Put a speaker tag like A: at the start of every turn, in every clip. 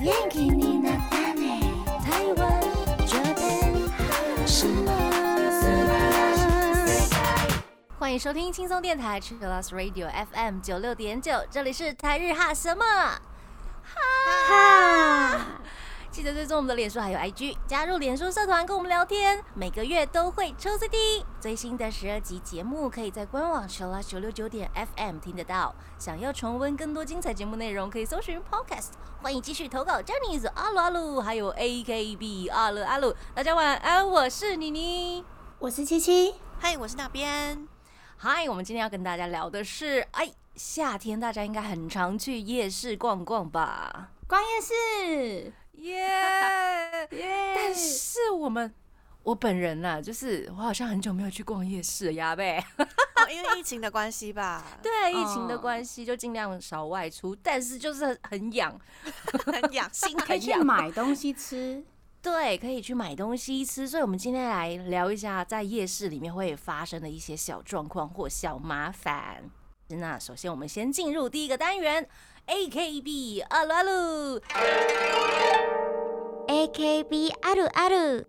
A: 元気になったね台湾这边什么？
B: 欢迎收听轻松电台 Chillus Radio FM 九六点九，这里是台日哈什么哈。记得追踪我们的脸书还有 IG，加入脸书社团跟我们聊天，每个月都会抽 CD。最新的十二集节目可以在官网 Chillus 九六九点 FM 听得到。想要重温更多精彩节目内容，可以搜寻 Podcast。欢迎继续投稿 j e n n y s 阿鲁阿鲁，还有 AKB 阿鲁阿鲁。大家晚安，我是妮妮。
C: 我是七七，
D: 嗨，我是那 边。
B: 嗨，我们今天要跟大家聊的是，哎，夏天大家应该很常去夜市逛逛吧？
C: 关夜市，
B: 耶、
C: 耶
B: 但是我们，我本人呐、就是我好像很久没有去逛夜市了呀呗。，
D: 哦，因为疫情的关系吧
B: 对， 疫情的
C: 哦
B: 关系就尽量少外出，但是就是很很痒，
D: 很 养心
C: 可以
B: 很
C: 去
B: 痒。
C: 买东西吃，
B: 对，可以去买东西吃。所以，我们今天来聊一下在夜市里面会发生的一些小状况或小麻烦。那首先，我们先进入第一个单元，AKB 阿鲁阿鲁。
A: AKB あるある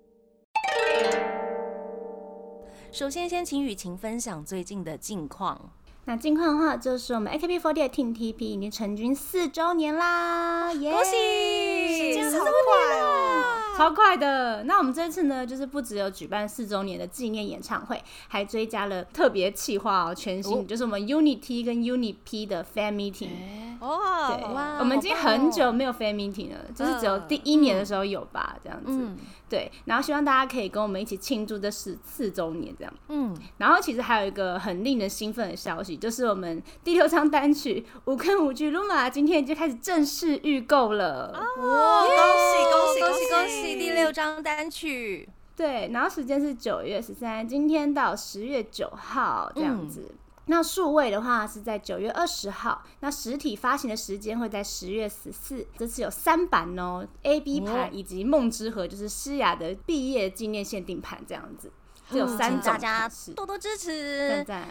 B: 首先，先请雨晴分享最近的近况。
C: 那近况的话，就是我们 AKB48 Team TP 已经成军四周年啦，耶！
B: 恭喜！
D: 时间好快哦。
C: 超快的。那我们这次呢，就是不只有举办四周年的纪念演唱会，还追加了特别企划哦，全新、
B: 哦
C: 就是我们 Unity 跟 UNIP 的 Fan Meeting。对，
D: 哦，
B: 哇
C: 我们已经
B: 好棒哦
C: 很久没有 fan meeting 了，就是只有第一年的时候有吧，这样子。
B: 嗯
C: 对，然后希望大家可以跟我们一起庆祝这十四周年这样。
B: 嗯，
C: 然后其实还有一个很令人兴奋的消息，就是我们第六张单曲《无根无据》Luna 今天已经开始正式预购了。
B: 哦
D: 哇，恭喜
B: 恭
D: 恭
B: 喜
D: 喜
B: 恭喜！第六张单曲，
C: 对，然后时间是九月十三，今天到十月九号这
B: 嗯
C: 样子。那数位的话是在九月二十号，那实体发行的时间会在十月十四。这次有三版哦，A、B
B: 哦
C: 盘以及梦之河，就是诗雅的毕业纪念限定盘这样子，只有三
B: 嗯请
C: 种
B: 大家
C: 款式。
B: 多多支
C: 赞
B: 持。
C: 赞，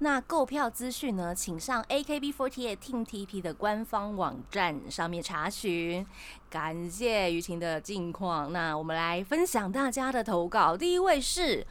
B: 那购票资讯呢，请上 AKB48 Team TP 的官方网站上面查询。感谢雨晴的近况，那我们来分享大家的投稿。第一位是。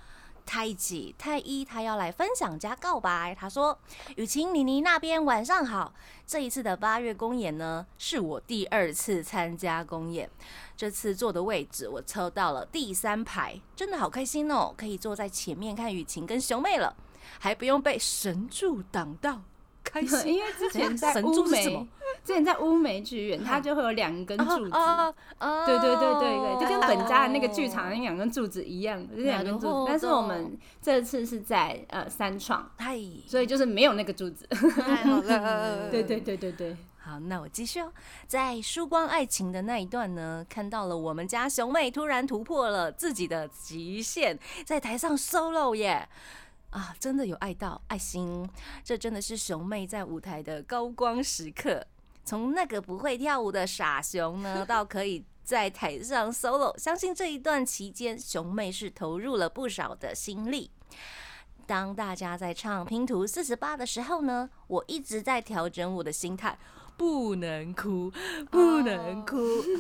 B: 太几太一，他要来分享加告白。他说：“雨晴、妮妮那边晚上好。这一次的八月公演呢，是我第二次参加公演，这次坐的位置我抽到了第三排，真的好开心哦，可以坐在前面看雨晴跟熊妹了。”还不用被神助挡到，开 心。
C: 因为之 前在
B: 神
C: 乌
B: 助是什
C: 梅
B: 么，嗯
C: 之前在乌梅剧院，它就会有两根柱子。
B: 啊啊
C: 对对对对对，就跟本家的那个剧
B: 哦
C: 场那两根柱子一样，就是两根柱
B: なる
C: 子
B: ほど。
C: 但是我们这次是在呃三创，
B: 太
C: 所以就是没有那个柱子。
D: 太好 了，
C: 对对对对对，
B: 好，那我继续哦。在输光爱情的那一段呢，看到了我们家熊妹突然突破了自己的极限，在台上 solo 耶。啊，真的有爱到爱心，这真的是熊妹在舞台的高光时刻。从那个不会跳舞的傻熊呢，到可以在台上 solo，相信这一段期间，熊妹是投入了不少的心力。当大家在唱拼图四十八的时候呢，我一直在调整我的心态，不能哭，不能哭，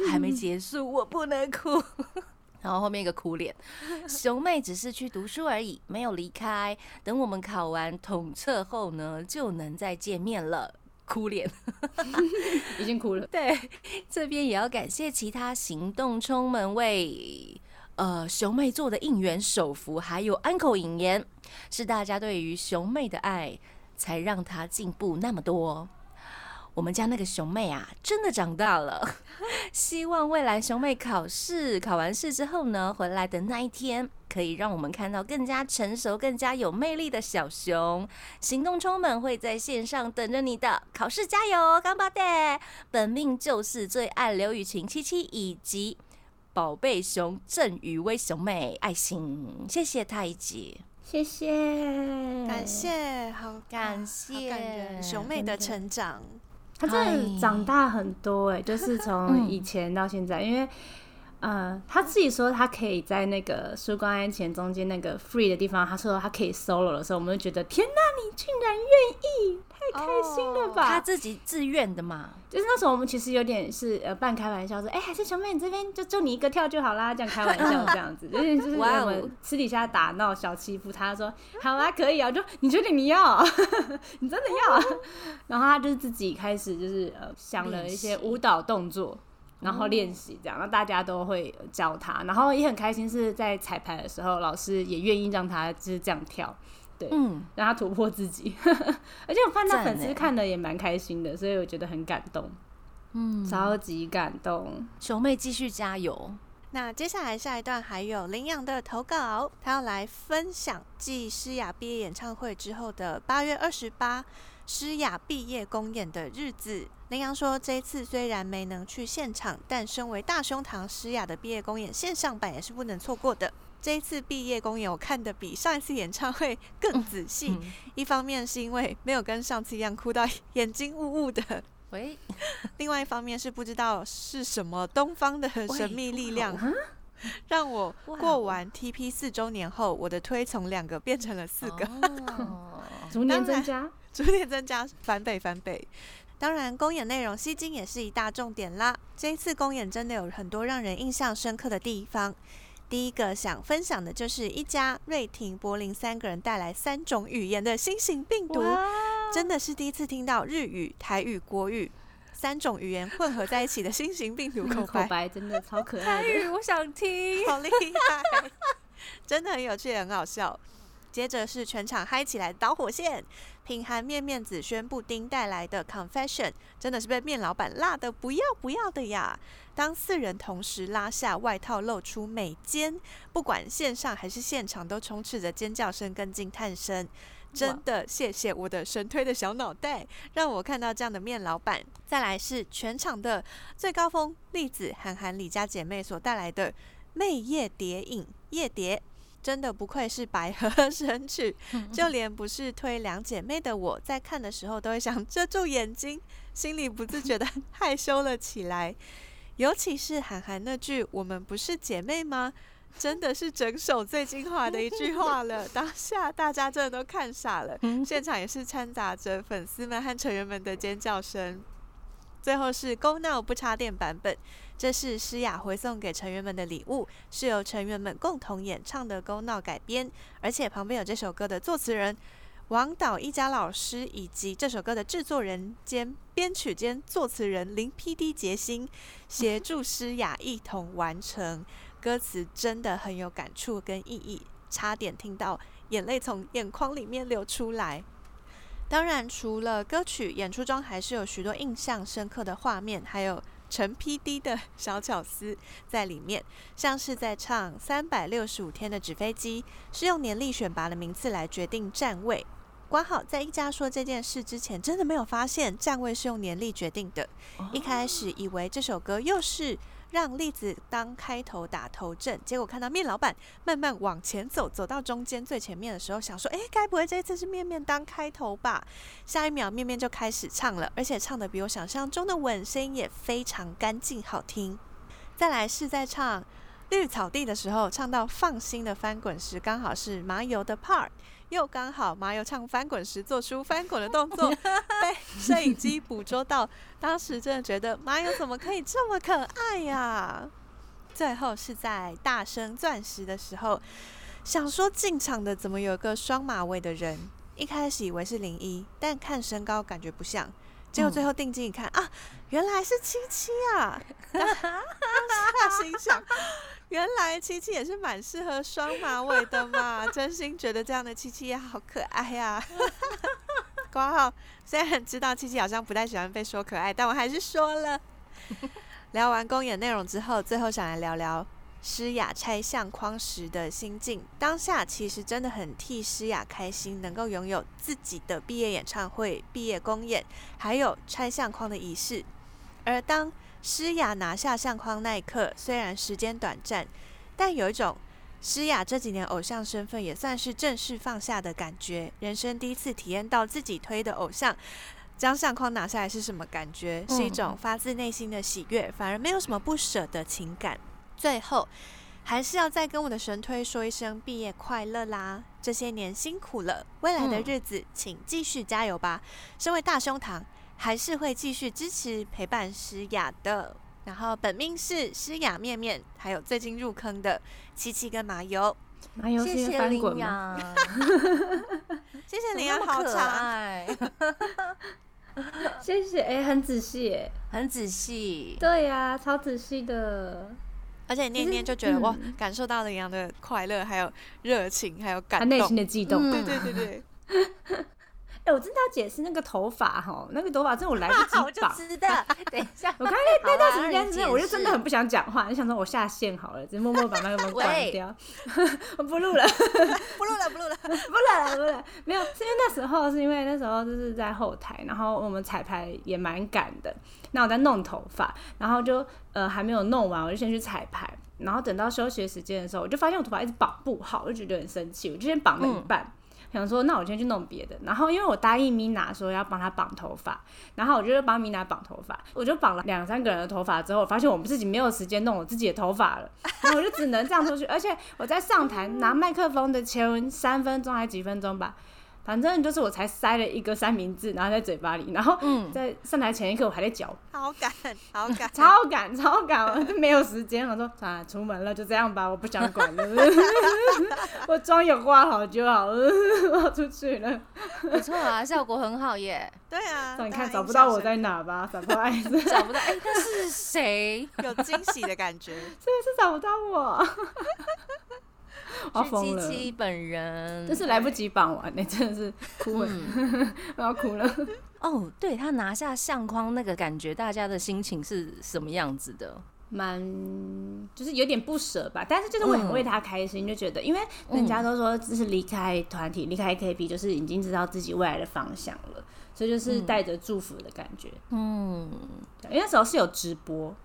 B: 还没结束，我不能哭。 然后后面一个哭脸，熊妹只是去读书而已，没有离开。等我们考完统测后呢，就能再见面了。哭脸，
C: 已经哭了。
B: 对， 这边也要感谢其他行动充门为呃熊妹做的应援手幅，还有安口引言，是大家对于熊妹的爱，才让她进步那么多。我们家那个熊妹啊，真的长大了。 希望未来熊妹考试考完试之后呢，回来的那一天，可以让我们看到更加成熟、更加有魅力的小熊。行动充满会在线上等着你的，考试加油，哦干巴爹！本命就是最爱刘雨晴七七以及宝贝熊郑雨薇熊妹爱心，谢谢太姐，
C: 谢谢，
D: 感。谢，好
B: 感
D: 好
B: 谢
D: 感人，熊妹的成长，
C: 他真
B: 哎
C: 的长大很多哎，就是从
B: 嗯
C: 以前到现在，因为呃，他自己说他可以在那个《曙光安前》中间那个 free 的地方，他说他可以 solo 的时候，我们就觉得天哪，你竟然愿意，太开心了吧！
B: 他自己自愿的嘛，
C: 就是那时候我们其实有点是呃半开玩笑说，哎、还是小妹你这边就就你一个跳就好啦，这样开玩笑这样子，有点就是我
B: 哇哦
C: 们私底下打闹小欺负他，说好啊可以啊，我就你确定你要， 你真的要， 然后他就是自己开始就是呃想了一些
B: 练习
C: 舞蹈动作。然后练习这样，然后大家都会呃教他，然后也很开心是在彩排的时候，老师也愿意让他就是这样跳，
B: 嗯，
C: 让他突破自己， 而且我看到
B: 赞
C: 粉丝
B: 欸
C: 看的也蛮开心的，所以我觉得很感动，嗯，超级感动。
B: 熊妹继续加油。
D: 那接下来下一段还有羚羊的投稿，他要来分享继诗雅毕业演唱会之后的八月二十八诗雅毕业公演的日子。羚羊说，这一次虽然没能去现场，但身为大胸堂诗雅的毕业公演线上版也是不能错过的。这一次毕业公演，我看的比上一次演唱会更仔细。
B: 嗯，
D: 一方面是因为没有跟上次一样哭到眼睛雾雾的，
B: 喂，
D: 另外一方面是不知道是什么东方的神秘力量，让我过完 TP 四周年后，我的推从两个变成了四个，
B: 哦
C: 逐年增加，
D: 逐渐增加翻倍翻倍。当然，公演内容吸睛也是一大重点啦。这一次公演真的有很多让人印象深刻的地方。第一个想分享的就是一家瑞婷、柏林三个人带来三种语言的新型病毒，真的是第一次听到日语、台语、国语三种语言混合在一起的新型病毒嗯口
C: 口
D: 白，
C: 白真的超可爱
B: 台
C: 的，
B: 语我想听。
D: 好厉害，真的很有趣，也很好笑。接着是全场嗨起来的导火线，品涵面面子轩布丁带来的 Confession，真的是被面老板辣的不要不要的呀！当四人同时拉下外套，露出美肩，不管线上还是现场，都充斥着尖叫声跟惊叹声。真的谢谢我的神推的小脑袋，让我看到这样的面老板。再来是全场的最高峰，栗子、韩寒、李家姐妹所带来的《魅夜蝶影》夜蝶。真的不愧是百合 神曲，就连不是推两姐妹的我在看的时候，都会想遮住眼睛，心里不自觉的 害羞了起来。尤其是韩寒那句“我们不是姐妹吗”，真的是整首最精华的一句话了。当下大家真的都看傻了，现场也是掺杂着粉丝们和成员们的尖叫声。最后是 Go Now 不插电版本，这是诗雅回送给成员们的礼物，是由成员们共同演唱的 Go Now 改编，而且旁边有这首歌的作词人王导一家老师，以及这首歌的制作人兼编曲兼作词人林 P.D. 杰星协助诗雅一同完成。歌词真的很有感触跟意义，差点听到眼泪从眼眶里面流出来。当然，除了歌曲，演出中还是有许多印象深刻的画面，还有陈 PD 的小巧思在里面，像是在唱《三百六十五天的纸飞机》，是用年历选拔的名次来决定站位。挂好，在一家说这件事之前，真的没有发现站位是用年历决定的。一开始以为这首歌又是让栗子当开头打头阵，结果看到面老板慢慢往前走，走到中间最前面的时候，想说，诶，该不会这一次是面面当开头吧？下一秒面面就开始唱了，而且唱的比我想象中的稳，声音也非常干净好听。再来是在唱。绿草地的时候，唱到放心的翻滚时，刚好是麻油的 part，又刚好麻油唱翻滚时做出翻滚的动作，被摄影机捕捉到，当时真的觉得麻友怎么可以这么可爱呀、最后是在大声钻石的时候，想说进场的怎么有个双马尾的人？一开始以为是零一，但看身高感觉不像，结果最后定睛一看、啊，原来是七七啊！当当下心想， 原来七七也是蛮适合双马尾的嘛，真心觉得这样的七七也好可爱呀、啊。挂号虽然知道七七好像不太喜欢被说可爱，但我还是说了。 聊完公演内容之后，最后想来聊聊诗雅拆相框时的心境。当下其实真的很替诗雅开心，能够拥有自己的毕业演唱会、毕业公演，还有拆相框的仪式。而当诗雅拿下相框那一刻，虽然时间短暂，但有一种诗雅这几年偶像身份也算是正式放下的感觉，人生第一次体验到自己推的偶像将相框拿嗯下来是什么感觉，是一种发自内心的喜悦，反而没有什么不舍的情感。最后，还是要再跟我的神推说一声毕业快乐啦！这些年辛苦了，未来的
B: 嗯
D: 日子请继续加油吧。身为大胸膛，还是会继续支持陪伴诗雅的。然后本命是诗雅面面，还有最近入坑的七七跟麻油，
C: 麻油是
B: 谢
C: 因为
B: 谢
C: 翻滚
B: 羚
C: 吗？
B: 羊，
D: 谢谢林
B: 怎么那
D: 安，
B: 么
D: 好
B: 可
D: 长，
B: 爱，
C: 谢谢，哎、很仔细哎，
B: 很 仔细。
C: 对呀、超仔细的，
D: 而且念一念就觉
C: 嗯
D: 得哇，感受到了林阳的快乐，还有热情，还有
C: 他
D: 感
C: 内
D: 动
C: 心。的悸动。哎、
B: 嗯
D: 对对对对，
C: 我真的要解释那个头发哈，那个头发真的我来不
B: 我
C: 及
B: 就
C: 绑。
B: 知道， 等一下，
C: 我刚才那那
B: 好啦啊
C: 段时
B: 让
C: 间
B: 你
C: 真
B: 解
C: 的，我就真的
B: 释
C: 很不想讲话，就想说我下线好了，只是默默把麦克风关
B: 喂
C: 掉， 我不录了。
D: 不录了不录了。
C: 不了不了， 没有，是因为那时候是因为那时候就是在后台，然后我们彩排也蛮赶的，那我在弄头发，然后就呃还没有弄完，我就先去彩排，然后等到休息的时间的时候，我就发现我头发一直绑不好，我就觉得很生气，我就先绑了一半。想说，那我先去弄别的。然后，因为我答应米娜说要帮她绑头发，然后我就去帮米娜绑头发。我就绑了两三个人的头发之后，我发现我们自己没有时间弄我自己的头发了，然 后我就只能这样出去。而且我在上台拿麦克风的前三分钟还几分钟吧，反正就是我才塞了一个三明治，然后在嘴巴里，然后
B: 嗯
C: 在上台前一刻我还在 嚼，，
D: 好感，好 感
C: 超赶超赶，我就没有时间。我说啊，出门了就这样吧，我不想管 了， 我妆有化好就好， 我要出去了。
B: 不错啊，效果很好耶，
D: 对啊，
C: 让你
D: 大
C: 看
D: 家
C: 找
D: 印
C: 不
D: 象
C: 到我
D: 深
C: 在哪吧，找不到爱是是
B: 找不到，哎，那是谁？
D: 有惊喜的感觉。
C: 不 是找不到我？ 我要
B: 是
C: 疯
B: 七
C: 了，
B: 七本人，
C: 真是来不及绑完呢、真的是哭了，
B: 嗯
C: 我要哭了。
B: 哦，对他拿下相框那个感觉，大家的心情是什么样子的？
C: 蛮就是有点不舍吧，但是就是我很
B: 嗯
C: 为他开心，就觉得因为人家都说就是离开团体、离开 KB，就是已经知道自己未来的方向了，所以就是带着祝福的感觉。
B: 嗯，
C: 对因为那时候是有直播，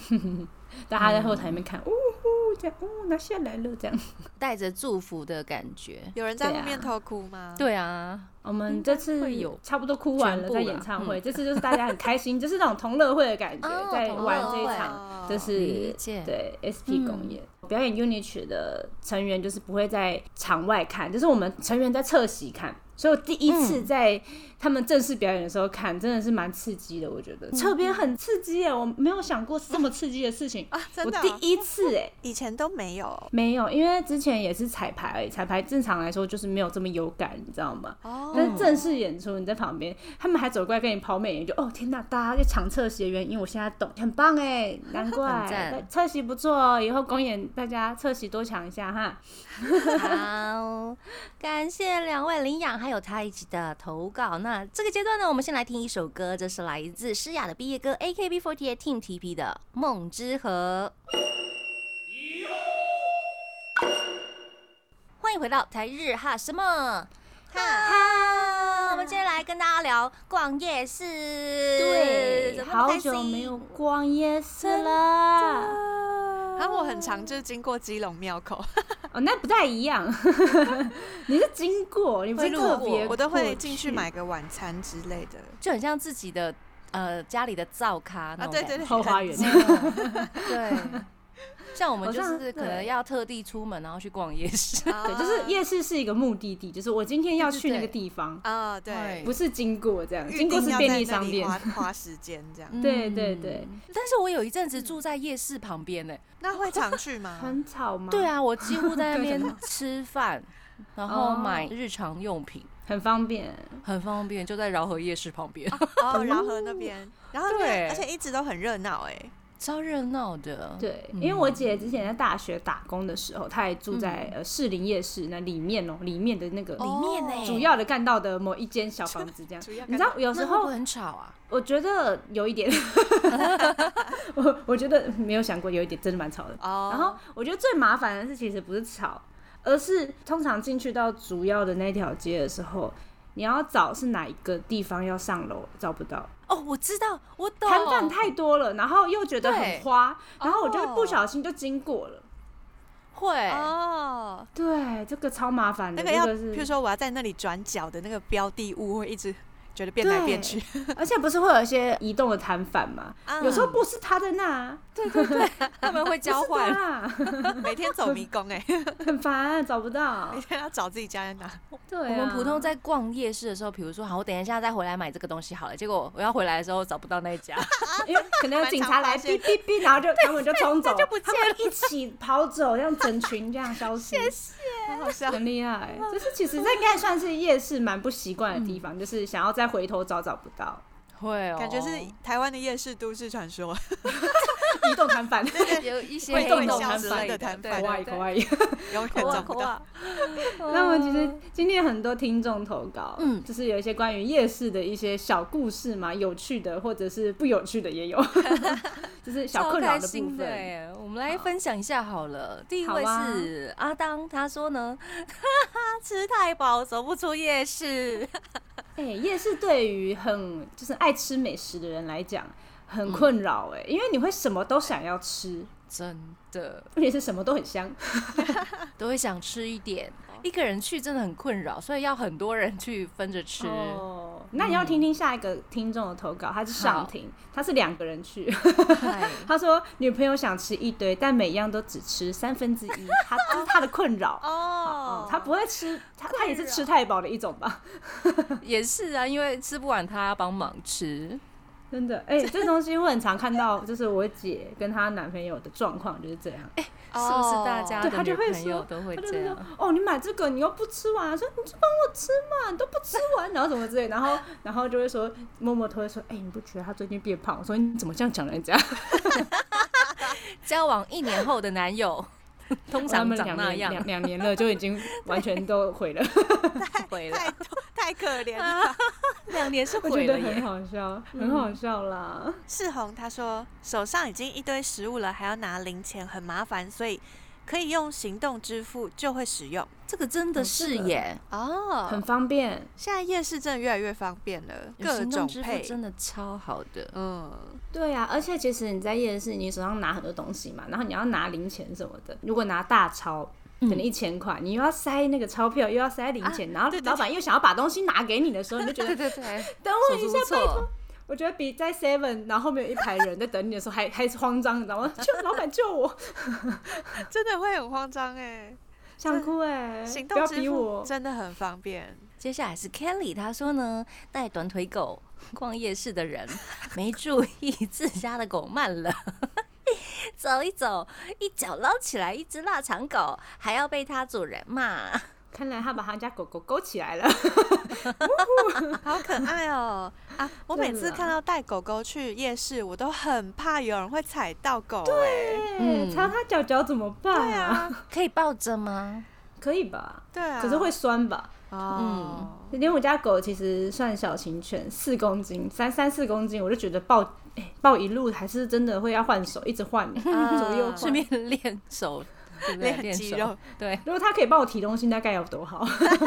C: 大家在后台里面看，呜
B: 嗯
C: 呼这样，呜拿下来了这样。
B: 带着祝福的感觉。
D: 有人在
C: 对
D: 后
C: 啊
D: 面偷哭吗？
B: 对啊，
C: 我们这
B: 应该
C: 次
B: 会有
C: 差不多哭完了，
B: 全部
C: 在
B: 啦
C: 演唱会，这次就是大家很开心，就是那种同乐会的感觉，
B: 哦
C: 在玩
B: 同
C: 这
B: 乐
C: 一
B: 会啊
C: 场，
D: 哦
C: 就
B: 理
C: 是
B: 解。
C: 对
D: 嗯
C: SP 公演、表演 unit 曲的成员就是不会在场外看，就是我们成员在侧席看。所以我第一
D: 嗯
C: 次在他们正式表演的时候看，真的是蛮刺激的。我觉得侧
D: 嗯
C: 边很刺激耶，我没有想过这么刺激的事情。
D: 啊， 真
C: 我
D: 的哦、
C: 第一次哎，
D: 以前都没有
C: 没有，因为之前也是彩排而已，彩排正常来说就是没有这么有感，你知道吗？
D: 哦。
C: 但是正式演出你在旁边，他们还走过来跟你抛媚眼，就哦天哪！大家在抢侧席的原因，我现在懂，很棒哎，难
B: 很赞
C: 怪侧席不错哦，以后公演大家侧席多抢一下哈。
B: 好， 感谢两位领养还有他一起的投稿。那这个阶段呢，我们先来听一首歌，这是来自诗雅的毕业歌 AKB48 Team TP 的《梦之河》。欢迎回到台日哈什么哈？我们今天来跟大家聊逛夜市。怎么那么
C: 好
B: 开
C: 久没
B: 心
C: 有逛夜市了，
D: 然啊后我很常就经过基隆庙口，
C: 哦，那不太一样， 你是经过，你不是
B: 经
C: 特
B: 过
C: 别，
D: 我都会进去。买个晚餐之类的。
B: 就很像自己的呃家里的灶咖那
D: 啊，
B: 种
D: 对
B: 感觉。
D: 对对，
C: 后花园
D: 很
B: 对，像我们
C: 好
B: 就
C: 像
B: 是可能
C: 对
B: 要特地出门，然后去逛夜市。
D: 近啊
C: 对，就是夜市是一个目的地，就是我今天要去那
B: 对
C: 个
B: 对
C: 地方，
D: 啊，对，
C: 不是经过这样，
D: 预
C: 经过
D: 定
C: 是
D: 要
C: 便
D: 在
C: 利
D: 那
C: 商
D: 里
C: 店。
D: 花花时间这样。
C: 对对对
B: 嗯。但是我有一阵子住在夜市旁边呢、
D: 那会常去 吗？
C: 很吵吗？
B: 对，啊，我几 乎在那边吃饭，然
C: 哦
B: 后买日常用品，
C: 很方便。
B: 很方便，就在饶河夜市旁边，
C: 啊
D: 哦，饶河那边，然后那
B: 对
D: 边而且一直都很热闹哎。
B: 超热闹的。
C: 对，
B: 嗯
C: 因为我姐之前在大学打工的时候，她也住在、呃士林夜市那里面哦，里面的那个
B: 里面呢、
D: 嗯哦
C: 主要的干道的某一间小房子这样
D: 主要。
C: 你知道有
B: 有
C: 时
B: 时候
C: 候
B: 很吵啊，
C: 我觉得有一点， 我我觉得没有想过有一点真的蛮吵的。
D: 哦，
C: 然后我觉得最麻烦的是，其实不是吵，而是通常进去到主要的那条街的时候，你要找是哪一个地方要上楼，找不到。
B: 哦，我知道，我懂。
C: 摊贩太多了，然后又觉得很
B: 对
C: 花，然后我就
D: 哦
C: 不小心就经过了。
B: 会，
D: 哦，
C: 对，这个超麻烦的，
D: 那个要，
C: 这
D: 譬如
C: 是
D: 说我要在那里转角的那个标的物会一直觉得变来变
C: 对
D: 去，
C: 而且不是会有一些移动的摊贩嘛，有时候不是他在那啊，对对对，
B: 他们会交
C: 不是
B: 换。
C: 他啊
D: 每天走迷宫哎、
C: 很烦，啊找不到
D: 每。天要找自己家 人拿。
C: 对啊，
B: 我们普通在逛夜市的时候，比如说，好，我等一下再回来买这个东西好了。结果我要回来的时候找不到那一家，
C: 因为可能有警察来，
D: 蛮常发
C: 哔
D: 现
C: 哔哔，然后就他们就冲走，
D: 就不
C: 他们一起跑走，这样整群这样消失，
D: 好好笑。
C: 很厉害。就是其实这应该算是夜市蛮不习惯的地方，就是想要再回头找找不到，
B: 会哦，
D: 感觉是 台湾的夜市都市传说，
C: 移动摊贩，
B: 有一啊些
C: 会
B: 黑
C: 动
B: 洞
C: 消
B: 之
C: 失
B: 类
D: 的
B: 的
D: 摊
B: 对
D: 贩
C: 国
B: 对
C: 外
B: 对
C: 国外。
D: 永 远找不 到。
C: 那我其实今天很多听众投稿，
B: 哦嗯
C: 就是有一些关于夜市的一些小故事嘛，有趣的或者是不有趣的也有， 就是小
B: 超
C: 困
B: 开
C: 扰的部
B: 心的欸
C: 分。
B: 耶！我们来分享一下好了。第一
C: 好
B: 位
C: 啊
B: 是阿当，他说呢，哈哈，吃太饱走不出夜市，
C: 哎、夜市对于很就是爱吃美食的人来讲很困扰哎、
B: 嗯
C: 因为你会什么都想要吃，
B: 真的
C: 而且是什么都很香。
B: 都会想吃一点。一个人去真的很困扰，所以要很多人去分着吃。
C: 哦，那你要听听下一个听众的投稿，他是上
B: 好
C: 庭，他是两个人去。
B: 嗨
C: 他说女朋友想吃一堆，但每样都只吃三分之一，他这是他的困扰。
D: 哦
C: 哦，他不会吃，他他也是吃太饱的一种吧？
B: 也是啊，因为吃不完，他要帮忙吃。
C: 真的， 哎、这东西我很常看到，就是我姐跟她男朋友的状况就是这样，
B: 是不是大家
C: 对他
B: 的
C: 就
B: 女
C: 会
B: 朋友
C: 说，
B: 都会
C: 哎她就
B: 这
C: 会说
B: 样？，
C: 哦，你买这个你又不吃完，说你就帮我吃嘛，你都不吃完，然后什么之类，然后 然后就会说，默默都会说，哎、你不觉得她最近变胖？我说你怎么这样讲人家？
B: 交往一年后的男友， 通
C: 他
B: 常
C: 们
B: 长
C: 两
B: 那
C: 年
B: 样
C: 两，两年了，就已经完全都毁 了，
B: 毁了，
D: 太 太可怜了。
B: 哎 两年是
C: 我觉
B: 毁
C: 得
B: 了
C: 很
B: 耶。
C: 好笑，很好笑啦。
D: 世宏他说，手上已经一堆食物了，还要拿零钱，很麻烦，所以可以用行动支付就会使用
B: 这个真的
C: 是
B: 是
C: 的
B: 耶，
D: 哦
C: 很。方便，
D: 现在夜市真的越来越方便了，
B: 有
D: 各
B: 行
D: 种
B: 动支付
D: 配，
B: 真的超好的。
D: 嗯，
C: 对啊，而且其实你在夜市，你手上拿很多东西嘛，然后你要拿零钱什么的。如果拿大钞，可能一千块，你又要塞那个钞票，又要塞零钱，然后老板又想要把东西拿给你的时候，你就觉得
B: 对对，
C: 等我一
B: 手
C: 下
B: 足无，
C: 拜托
B: 措。
C: 我觉得比在 Seven，然后后面有一排人在等你的时候还还是慌张，你知道吗？救老板救我，
D: 真的会很慌张哎。
C: 想哭哎、
B: 嗯
D: 行
C: 不
D: 动
C: 要
D: 支
C: 逼
D: 付
C: 我。
D: 真的很方便，
B: 接下来是 Kelly，她说呢，带短腿狗 逛夜市的人 没注意自家的狗慢了。 走一走，一脚捞起来一只腊肠狗，还要被它主人骂。
C: 看来他把他家狗狗勾起来了，
D: 好可爱哦！ 啊，我每
C: 真
D: 次
C: 的
D: 看到带狗狗去夜市，我都很怕有人会踩到狗哎。
C: 嗯，
B: 嗯
C: 擦他脚脚怎么办
D: 对？啊，
B: 可以抱着吗？
C: 可以吧？
D: 对啊，
C: 可是会嗯酸吧？
D: 哦，
C: 连我家狗其实算小型犬，四公斤，三三四公斤，我就觉得抱、哎抱一路还是真的会要换手，一直换、
B: 嗯
D: 啊
C: 左右
B: 顺
C: 换。
B: 便练手，对不对？
D: 练肌
B: 手
D: 肉，
B: 对，
C: 如果它可以帮我提东西，那该有多好！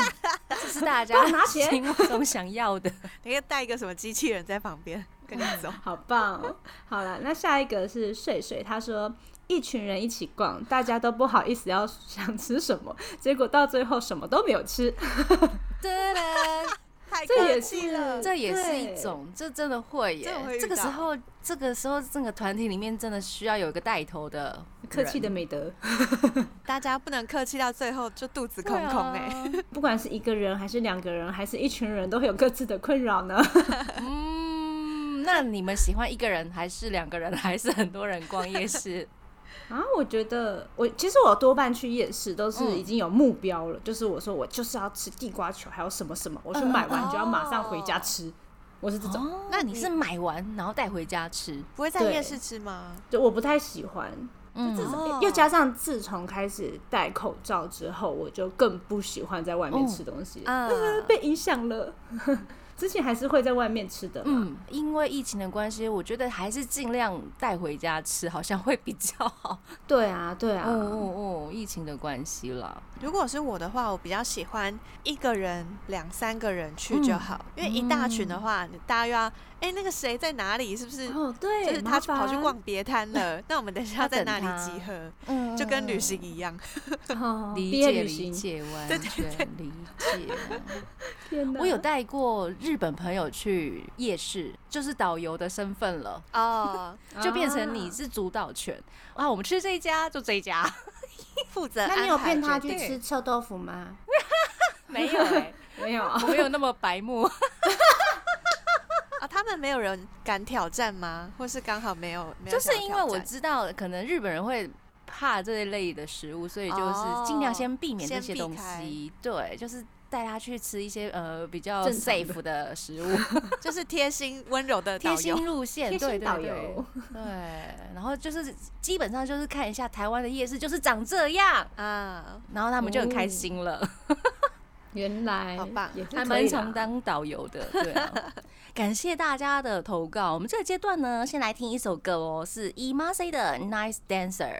B: 这是
C: 帮
B: 大 家
C: 我拿起来。
B: 心目中想要 的。
D: 你可以带一个什么机器人在旁边跟你走
C: 好棒哦、好了，那下一个是睡睡，他说一群人一起逛，大家都不好意思要想吃什么， 结果到最后什么都没有吃。
B: 对啦，
D: 太
C: 这
D: 客
C: 也
D: 气
C: 是啊
D: 了，
B: 这也是
C: 对
B: 一种，这真的会
D: 真
B: 耶
D: 的会。遇
B: 这个时
D: 到
B: 候，这个时候，这个团体里面真的需要有一个带头的
C: 客气的
B: 人，
C: 美德，
D: 大家不能客气到最后就肚子空空哎、
B: 对啊
C: 不管是一个人还是两个人，还是一群人，都会有各自的困扰呢。
B: 嗯，那你们喜欢一个人还是两个人，还是很多人逛夜市？
C: 啊，我觉得我其实我多半去夜市都是已经有目标了，就是我说我就是要吃地瓜球，还有什么什么，我去买完就要马上回家吃，我是这种，
B: 哦，那你是买完然后带回家吃？
D: 不会在
C: 对
D: 夜市吃吗？
C: 就我不太喜欢。
B: 嗯，
D: 哦
C: 又加上自从开始戴口罩之后，我就更不喜欢在外面吃东西
B: 嗯
C: 了，
D: 啊，
C: 被影响了。 之前还是会在外面吃的嘛，
B: 嗯，因为疫情的关系，我觉得还是尽量带回家吃，好像会比较好。
C: 对啊，对啊，
B: 哦哦哦，疫情的关系啦，
D: 如果是我的话，我比较喜欢一个人、两三个人去
C: 嗯
D: 就好，因为一大群的话，你大家又要哎、那个谁在哪里？是不是？
C: 哦对，
D: 就是
C: 麻
D: 他去跑去
C: 烦
D: 逛别摊了，那我们等一下
B: 要
D: 在
B: 等
D: 那里
B: 他
D: 集合，
B: 嗯，
D: 就跟旅行一样。
C: 哦毕
B: 理
C: 业
B: 解
C: 旅
B: 理
C: 行，
B: 解，完全理解。
C: 天哪
B: 我有带过日日本朋友去夜市，就是导游的身份了，
D: 哦，
B: 就变成你是主导权啊。我们吃这一家就这一家，
D: 负 责安
C: 那
D: 排决定。
C: 你有骗他去吃臭豆腐吗？
B: 没有、欸，
C: 没 有，
B: 我没有那么白目。
D: 啊？他们没有人敢挑战吗？或是刚好没有？没 有
B: 就
D: 想
B: 是
D: 要
B: 因
D: 挑
B: 为我
D: 战
B: 知道，可能日本人会怕这一类的食物，所以就是尽量先避免这
D: 先
B: 些
D: 避
B: 东
D: 开
B: 西。对，就是带他去吃一些呃比较
C: 正常的
B: safe 的食 物，
D: 就是贴心温柔的导
B: 贴
D: 游，
B: 心路线，
C: 贴
B: 对
C: 心导
B: 对对
C: 游，
B: 对。然后就是基本上就是看一下台湾的夜市就是长这样，
D: 啊，
B: 然后他们就很开心了，
C: 原来
D: 好棒
C: 也是
B: 还
C: 可以
B: 蛮
C: 啦
B: 常当导游的。对啊， 感谢大家的投稿。我们这个阶段呢，先来听一首歌哦，是 e m a s e 的 Nice Dancer。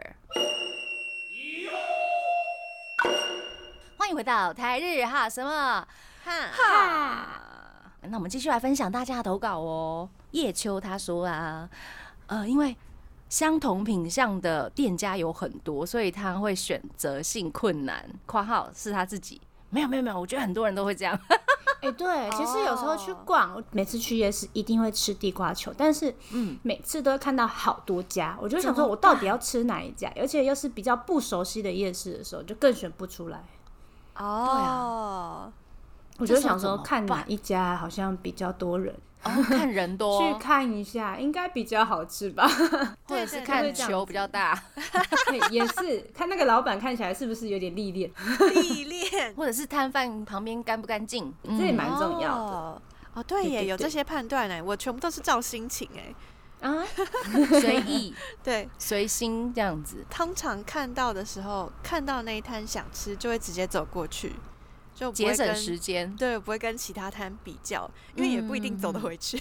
B: 欢迎回到台日哈什么？
D: 哈，
B: 啊那我们继续来分享大家的投稿哦。叶秋他说啊，呃，因为相同品相的店家有很多，所以他会选择性困难（括号是他自己）。没有没有没有，我觉得很多人都会这样。
C: 哎、对，其实有时候去
B: 哦
C: 逛，我每次去夜市一定会吃地瓜球，但是
B: 嗯
C: 每次都会看到好多家，我就想说我到底要吃哪一家，而且又是比较不熟悉的夜市的时候，就更选不出来。
D: 哦，
C: 我
B: 这
C: 就
B: 时候
C: 想
B: 怎么
C: 说
B: 办
C: 看哪一家好像比较多人，
B: 哦，看人 多，
C: 去看一下应该比较好吃吧？
B: 或者是
D: 对对
B: 看
C: 对这样
B: 球比较大，
C: 也是看那个老板看起来是不是有点历练，
D: 历 练，
B: 或者是摊贩旁边干不干净，嗯
C: 这也蛮重要的
D: 哦。哦，对
C: 对
D: 耶，
C: 对
D: 有这
C: 对
D: 些判断哎，我全部都是照心情哎。
C: 啊。
B: 随意
D: 对，
B: 随心这样子。
D: 通常看到的时候，看到那一摊想吃，就会直接走过去，就不会
B: 节省
D: 跟
B: 时间，
D: 对，不会跟其他摊比较，因为也不一定
C: 嗯
D: 走得回去。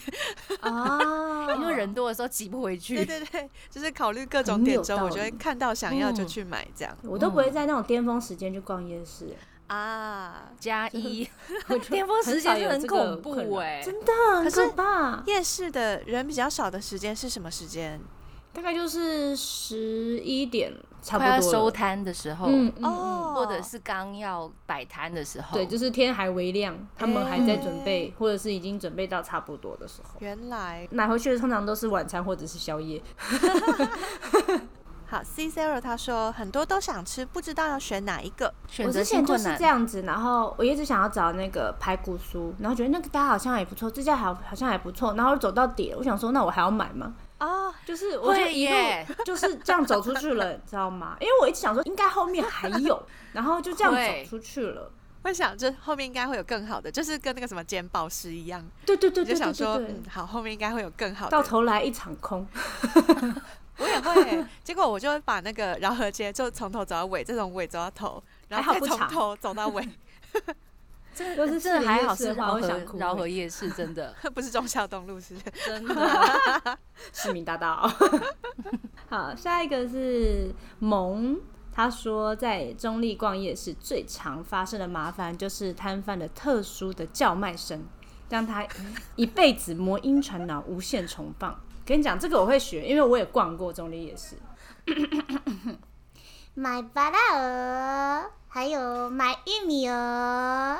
C: 哦，
B: 因为人多的时候挤不回去。
D: 对对对，就是考虑各
C: 嗯
D: 种
C: 很
D: 点
C: 有
D: 之后，我
C: 道
D: 就会
C: 理
D: 看到想要就
B: 嗯
D: 去买这样、
C: 我都不会在那种巅峰时间去逛夜市，
D: 啊。
B: 加一，
C: 我就
B: 嗯 巅峰时间
C: 很少
B: 是
C: 有
B: 很
C: 这个困
B: 恐怖
C: 扰
B: 哎、
C: 真的很
D: 可是
C: 可怕。
D: 夜市的人比较少的时间是什么时间？
C: 大概就是十一点差不
B: 快要
C: 多
B: 收
C: 了，
B: 摊的时候，
C: 嗯嗯嗯，
D: 哦，
B: 或者是刚要摆摊的时候，
C: 对，就是天还微亮，他们还在准
B: 嗯
C: 备，或者是已经准备到差不多的时候。
D: 原来
C: 买回去的通常都是晚餐或者是宵夜，
D: 好，C Zero 他说很多都想吃，不知道要选哪一个。
B: 选
C: 我
B: 择
C: 之
B: 性
C: 前就
B: 困
C: 是
B: 难
C: 这。样子，然后我一直想要找那个排骨酥，然后觉得那个大家好像也不错，这家好好像还不错，然后走到底了，我想说那我还要买吗？
D: 哦，
C: 就是我就
B: 会
C: 一路
B: 耶
C: 就是这样走出去了，你知道吗？因为我一直想说应该后面还有，然后就这样
B: 会
C: 走出去了。
D: 我想这后面应该会有更好的，就是跟那个什么捡宝石一样，
C: 对对对
D: 你就
C: 对
D: 想
C: 对
D: 说，
C: 对对
D: 嗯，，好，后面应该会有更好
C: 到
D: 的。
C: 头来一场空。
D: 我也 会，结果我就会把那个饶河街就从头走到尾，这种尾走到头，然后
C: 还好
D: 再
C: 不
D: 从
C: 长
D: 头走到 尾，
B: 真
C: 要是
B: 真
C: 士
B: 的
C: 林
B: 还
C: 夜
B: 好
C: 市的
B: 是
C: 话
B: 饶
C: 我
B: 河
C: 想哭
B: 饶
C: 欸
B: 河夜市，真 的
D: 不是忠孝东路是不是？
B: 真的，
C: 市民大道。 好，下一个是萌，他说在中立逛夜市最常发生的麻烦就是摊贩的特殊的叫卖声，让他一辈子魔音传脑，无限重放。跟你讲，这个我会学，因为我也逛过中立夜市。
A: 买芭乐鹅，还有买玉米鹅。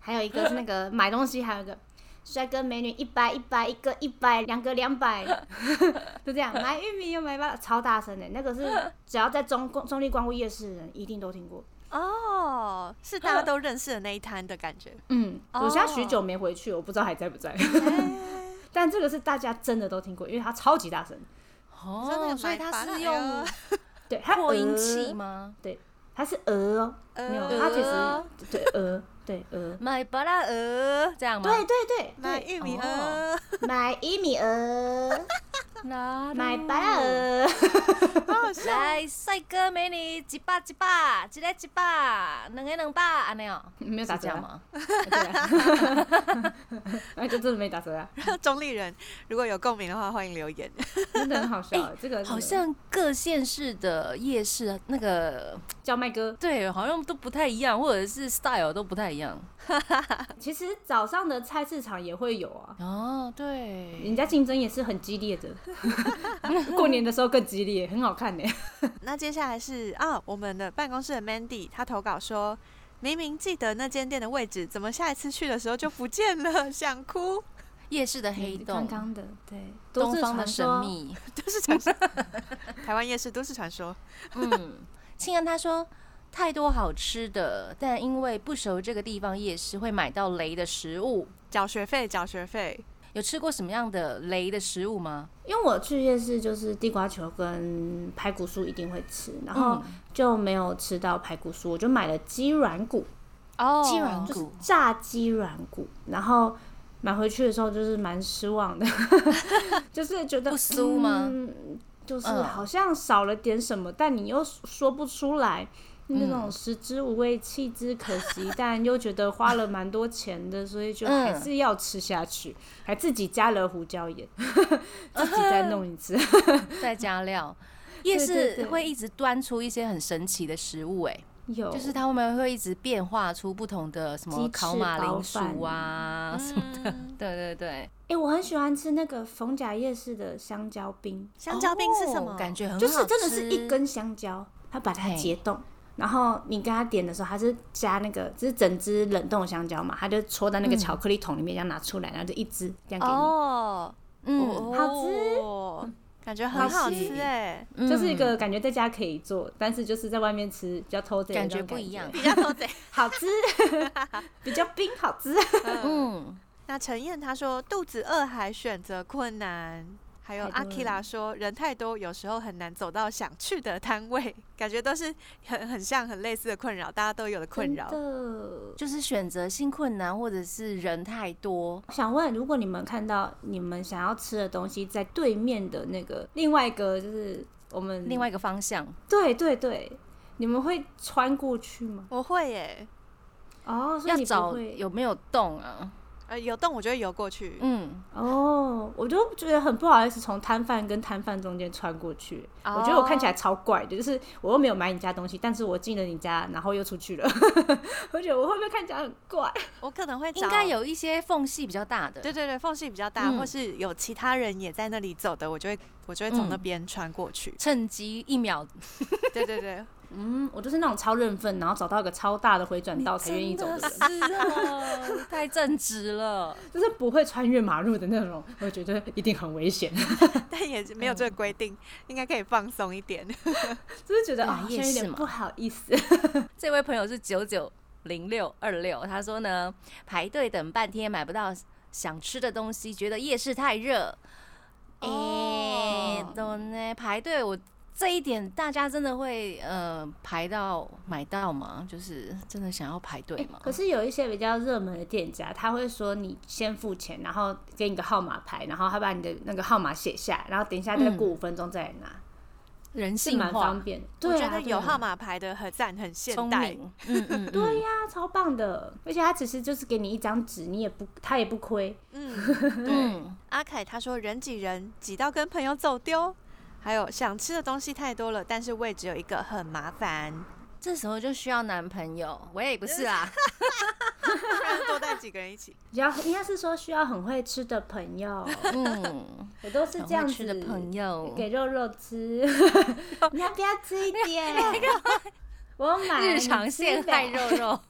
C: 还有一个是那个买东西，还 有一个帅哥美女一百一百一个一百两个两百，就这 样买玉米又买吧，超大声的，那个是只要在中公中立光顾夜市的人一定都听过。
D: 哦，是大家都认识的那一摊的感觉。
C: 嗯，我现在许
D: 哦
C: 久没回去，我不知道还在不在。
B: 哎
C: 但这个是大家真的都听过，因为它超级大声，
D: 真的
B: 哦
D: 买，
B: 所以他
D: 芭乐
B: 是用
D: 哟
C: 对，它
B: 扩音
C: 呃
B: 器？吗？
C: 它是鹅哦，
D: 呃
C: 没有，它其实对鹅，对 鹅，
B: 买巴拉鹅这样吗？
C: 呃对对对
D: 买
C: 对，
D: 玉米
B: 哦
D: 鹅，
A: 买玉米鹅，
B: 拿
C: 买
B: 到
C: 白
D: 嗯
C: 鹅，
B: 来，帅哥美女，几把几把，一个一把，两个两把，安尼哦，
C: 没有打
B: 是
C: 折
B: 这
C: 啊，
B: 样吗？
C: 对啊， 哎，就真的没打折啊，
D: 呃 中立人，如果有共鸣的话，欢迎留言。
C: 真的很好笑，这个
B: 哎好像各县市的夜市啊那个
C: 叫麦哥。
B: 对，好像都不太一样，或者是 style 都不太一样。
C: 其实早上的菜市场也会有啊，
B: 哦，对，
C: 人家竞争也是很激烈的， 过年的时候更激烈，很好看呢。
D: 那接下来是啊，我们的办公室的 Mandy，她投稿说，明明记得那间店的位置，怎么下一次去的时候就不见了？想哭，
B: 夜市的黑
C: 刚，
B: 洞
C: 刚的对，都
B: 东
C: 市
B: 方
C: 传
B: 的神
C: 说，
B: 秘。
D: 都市 传说，台湾夜市都市传说。
B: 嗯，庆安他说太多好吃的，但因为不熟这个地方夜市，会买到雷的食物。
D: 缴学费，缴学费，
B: 有吃过什么样的雷的食物吗？
C: 因为我去夜市就是地瓜球跟排骨酥一定会吃，然后
B: 嗯
C: 就没有吃到排骨酥，我就买了鸡软骨，
D: 哦
B: 鸡软
C: 就是
B: 骨
C: 炸鸡软骨，然后买回去的时候就是蛮失望的， 就是觉得
B: 不酥吗
C: 嗯就是
B: 嗯
C: 好像少了点什么，但你又说不出来。那种食之无味，弃之可 惜，但又觉得花了蛮多钱的，所以就
B: 嗯
C: 还是要吃下去，还自己加了胡椒盐， 自己再弄一次。
B: 再加料。 夜
C: 对对
B: 市
C: 对
B: 会一直端出一些很神奇的食物、哎，
C: 有，
B: 就是他们会一直变化出不同的什么
C: 鸡翅
B: 烤马
C: 包
B: 铃薯啊，什么
D: 嗯
B: 对对对，
C: 哎、我很喜欢吃那个逢甲夜市的香蕉冰，
D: 香蕉冰是什么？
B: 哦感觉很好
C: 就是真的是一
B: 吃
C: 根香蕉，它把它
B: 嘿
C: 解冻，然后你跟它点的时候，它是加那个，就是整只冷冻的香蕉嘛，它就戳到那个
B: 嗯
C: 巧克力桶里面，这样拿出来，然后就一只这样给你，
D: 哦，
B: 嗯，
D: 好吃，感觉很好
B: 好
D: 吃
B: 吃
D: 哎，
B: 嗯
C: 就是一个感觉在家可以做，但是就是在外面吃比较偷贼的
B: 感
C: 那种
B: 觉
C: 感
B: 不一样，
C: 觉，
D: 较偷贼。
C: 好吃， 比较冰好吃。
B: 嗯，
D: 那陈燕她说肚子饿还选择困难，还有
C: 太
D: 阿
C: 多
D: k i
C: 了
D: a 说人太多，有时候很难走到想去的摊位，感觉都是很很像很类似的困扰，大家都有的困扰。
C: 真的
B: 就是选择性困难或者是人太多，
C: 我想问，如果你们看到你们想要吃的东西在对面的那个另外一个，就是我们
B: 另外一个方向，
C: 对对对，你们会穿过去吗？
D: 我会耶，
C: 哦，所以
B: 要
C: 你不
B: 找
C: 会
B: 有没有洞啊？
D: 呃，有洞我就会游过去。
B: 嗯，
C: 哦，我就觉得很不好意思，从摊贩跟摊贩中间穿过去。我觉得我看起来超怪的，就是我又没有买你家东西，但是我进了你家，然后又出去了。 我觉得我会不会看起来很怪？
D: 我可能会找
B: 应该。有一些缝隙比较大的，
D: 对对对，缝隙比较大，
B: 嗯
D: 或是有其他人也在那里走的，我就会我就会从那
B: 嗯。
D: 边穿过去
B: 趁机一秒
D: 对对对，
C: 嗯，我就是那种超认份，然后找到一个超大的回转道才愿意走的人，
B: 真的是哦， 太正直了。
C: 就是不会穿越马路的那种。我觉得一定很危险，
D: 但也没有这个规定，应该可以放松一点。
C: 就是觉得
B: 对
C: 啊
B: 啊，
C: 好
B: 夜
C: 像有
B: 市
C: 点
B: 嘛
C: 不好意思。
B: 这位朋友是九九零六二六，他说呢，排队等半天买不到想吃的东西，觉得夜市太热。哎、
D: 哦
B: 懂呢，排队我这一点大家真的会呃排到买到吗？就是真的想要排队吗？
C: 哎可是有一些比较热门的店家，他会说你先付钱，然后给你个号码牌，然后他把你的那个号码写下，然后等一下再过五分钟再来拿，
B: 人
C: 是
B: 性
C: 蛮
B: 嗯化
C: 方，便的。
D: 我
C: 对
D: 觉
C: 啊，
D: 得
C: 对
D: 有
C: 啊
D: 号码牌的很赞，很现
B: 聪
D: 代。
B: 明，嗯嗯，
C: 对
B: 嗯，
C: 呀、超棒的！而且他只是就是给你一张纸，你也不他也不亏。
D: 嗯，对。
B: 嗯，
D: 阿凯他说人挤人，挤到跟朋友走丢。还有想吃的东西太多了，但是位置有一个很麻 烦，
B: 这时候就需要男朋友，喂，不 是啦，
D: 不然多带几个人一起。
C: 比较应该是说需要很会吃的朋友，
B: 嗯，
C: 我都是这样
B: 很会
C: 子
B: 吃的朋友，
C: 给肉肉 吃，你要不要吃一点？我买
B: 日常陷害
C: 你
B: 肉肉，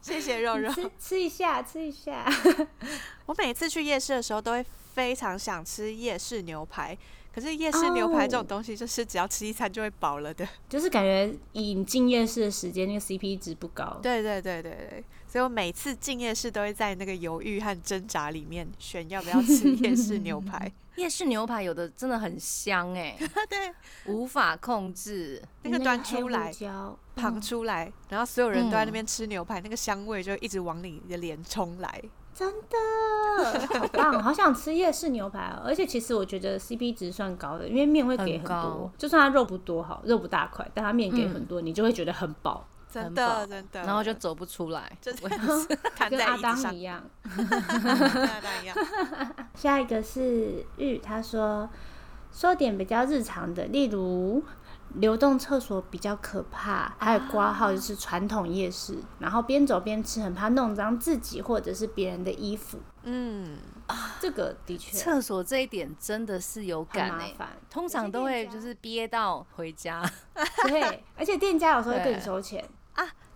D: 谢 谢肉肉
C: 吃。呗，吃吃一下，吃一下。
D: 我每次去夜市的时候，都会非常想吃夜市牛排。可是夜市牛排这种
C: 哦
D: 东西，就是只要吃一餐就会饱了的。
C: 就是感觉引进夜市的时间，那个 CP 值不高。
D: 对对对对对，所以我每次进夜市都会在那个犹豫和挣扎里面选要不要吃夜市牛排。
B: 夜市牛排有的真的很香 哎、
D: 对，
B: 无法控制。
D: 那个端出
C: 黑
D: 来
C: 胡，椒
D: 旁出来，然后所有人都在那边吃牛排，那个香味就一直往你的脸冲来。
C: 真的好棒，好想吃夜市牛排哦！而且其实我觉得 CP 值算高的，因为面会给
B: 很
C: 很
B: 高嗯
C: 多，就算它肉不多好，肉不大块，但它面给很多，你就会觉得很饱，
D: 真
B: 很
D: 的
B: 饱
D: 真
C: 啊
D: 的，
B: 然后 就走不出来，
D: 真 的躺
C: 跟
D: 在
C: 阿
D: 椅子
C: 当
D: 上
C: 一，样。
D: 跟阿当一样。
C: 下一个是日，他说说点比较日常的，例如流动厕所比较可怕，还有
D: 啊
C: 挂号就是传统夜市，然后边走边吃，很怕弄脏自己或者是别人的衣服。
D: 嗯，
C: 这个的确
B: 厕所这一点真的是有
C: 很
B: 感
C: 麻
D: 欸
B: 哎、
C: 烦，
B: 通 常都会就是憋到回家，
C: 对，而且店家有时候会跟你
B: 对
C: 收钱。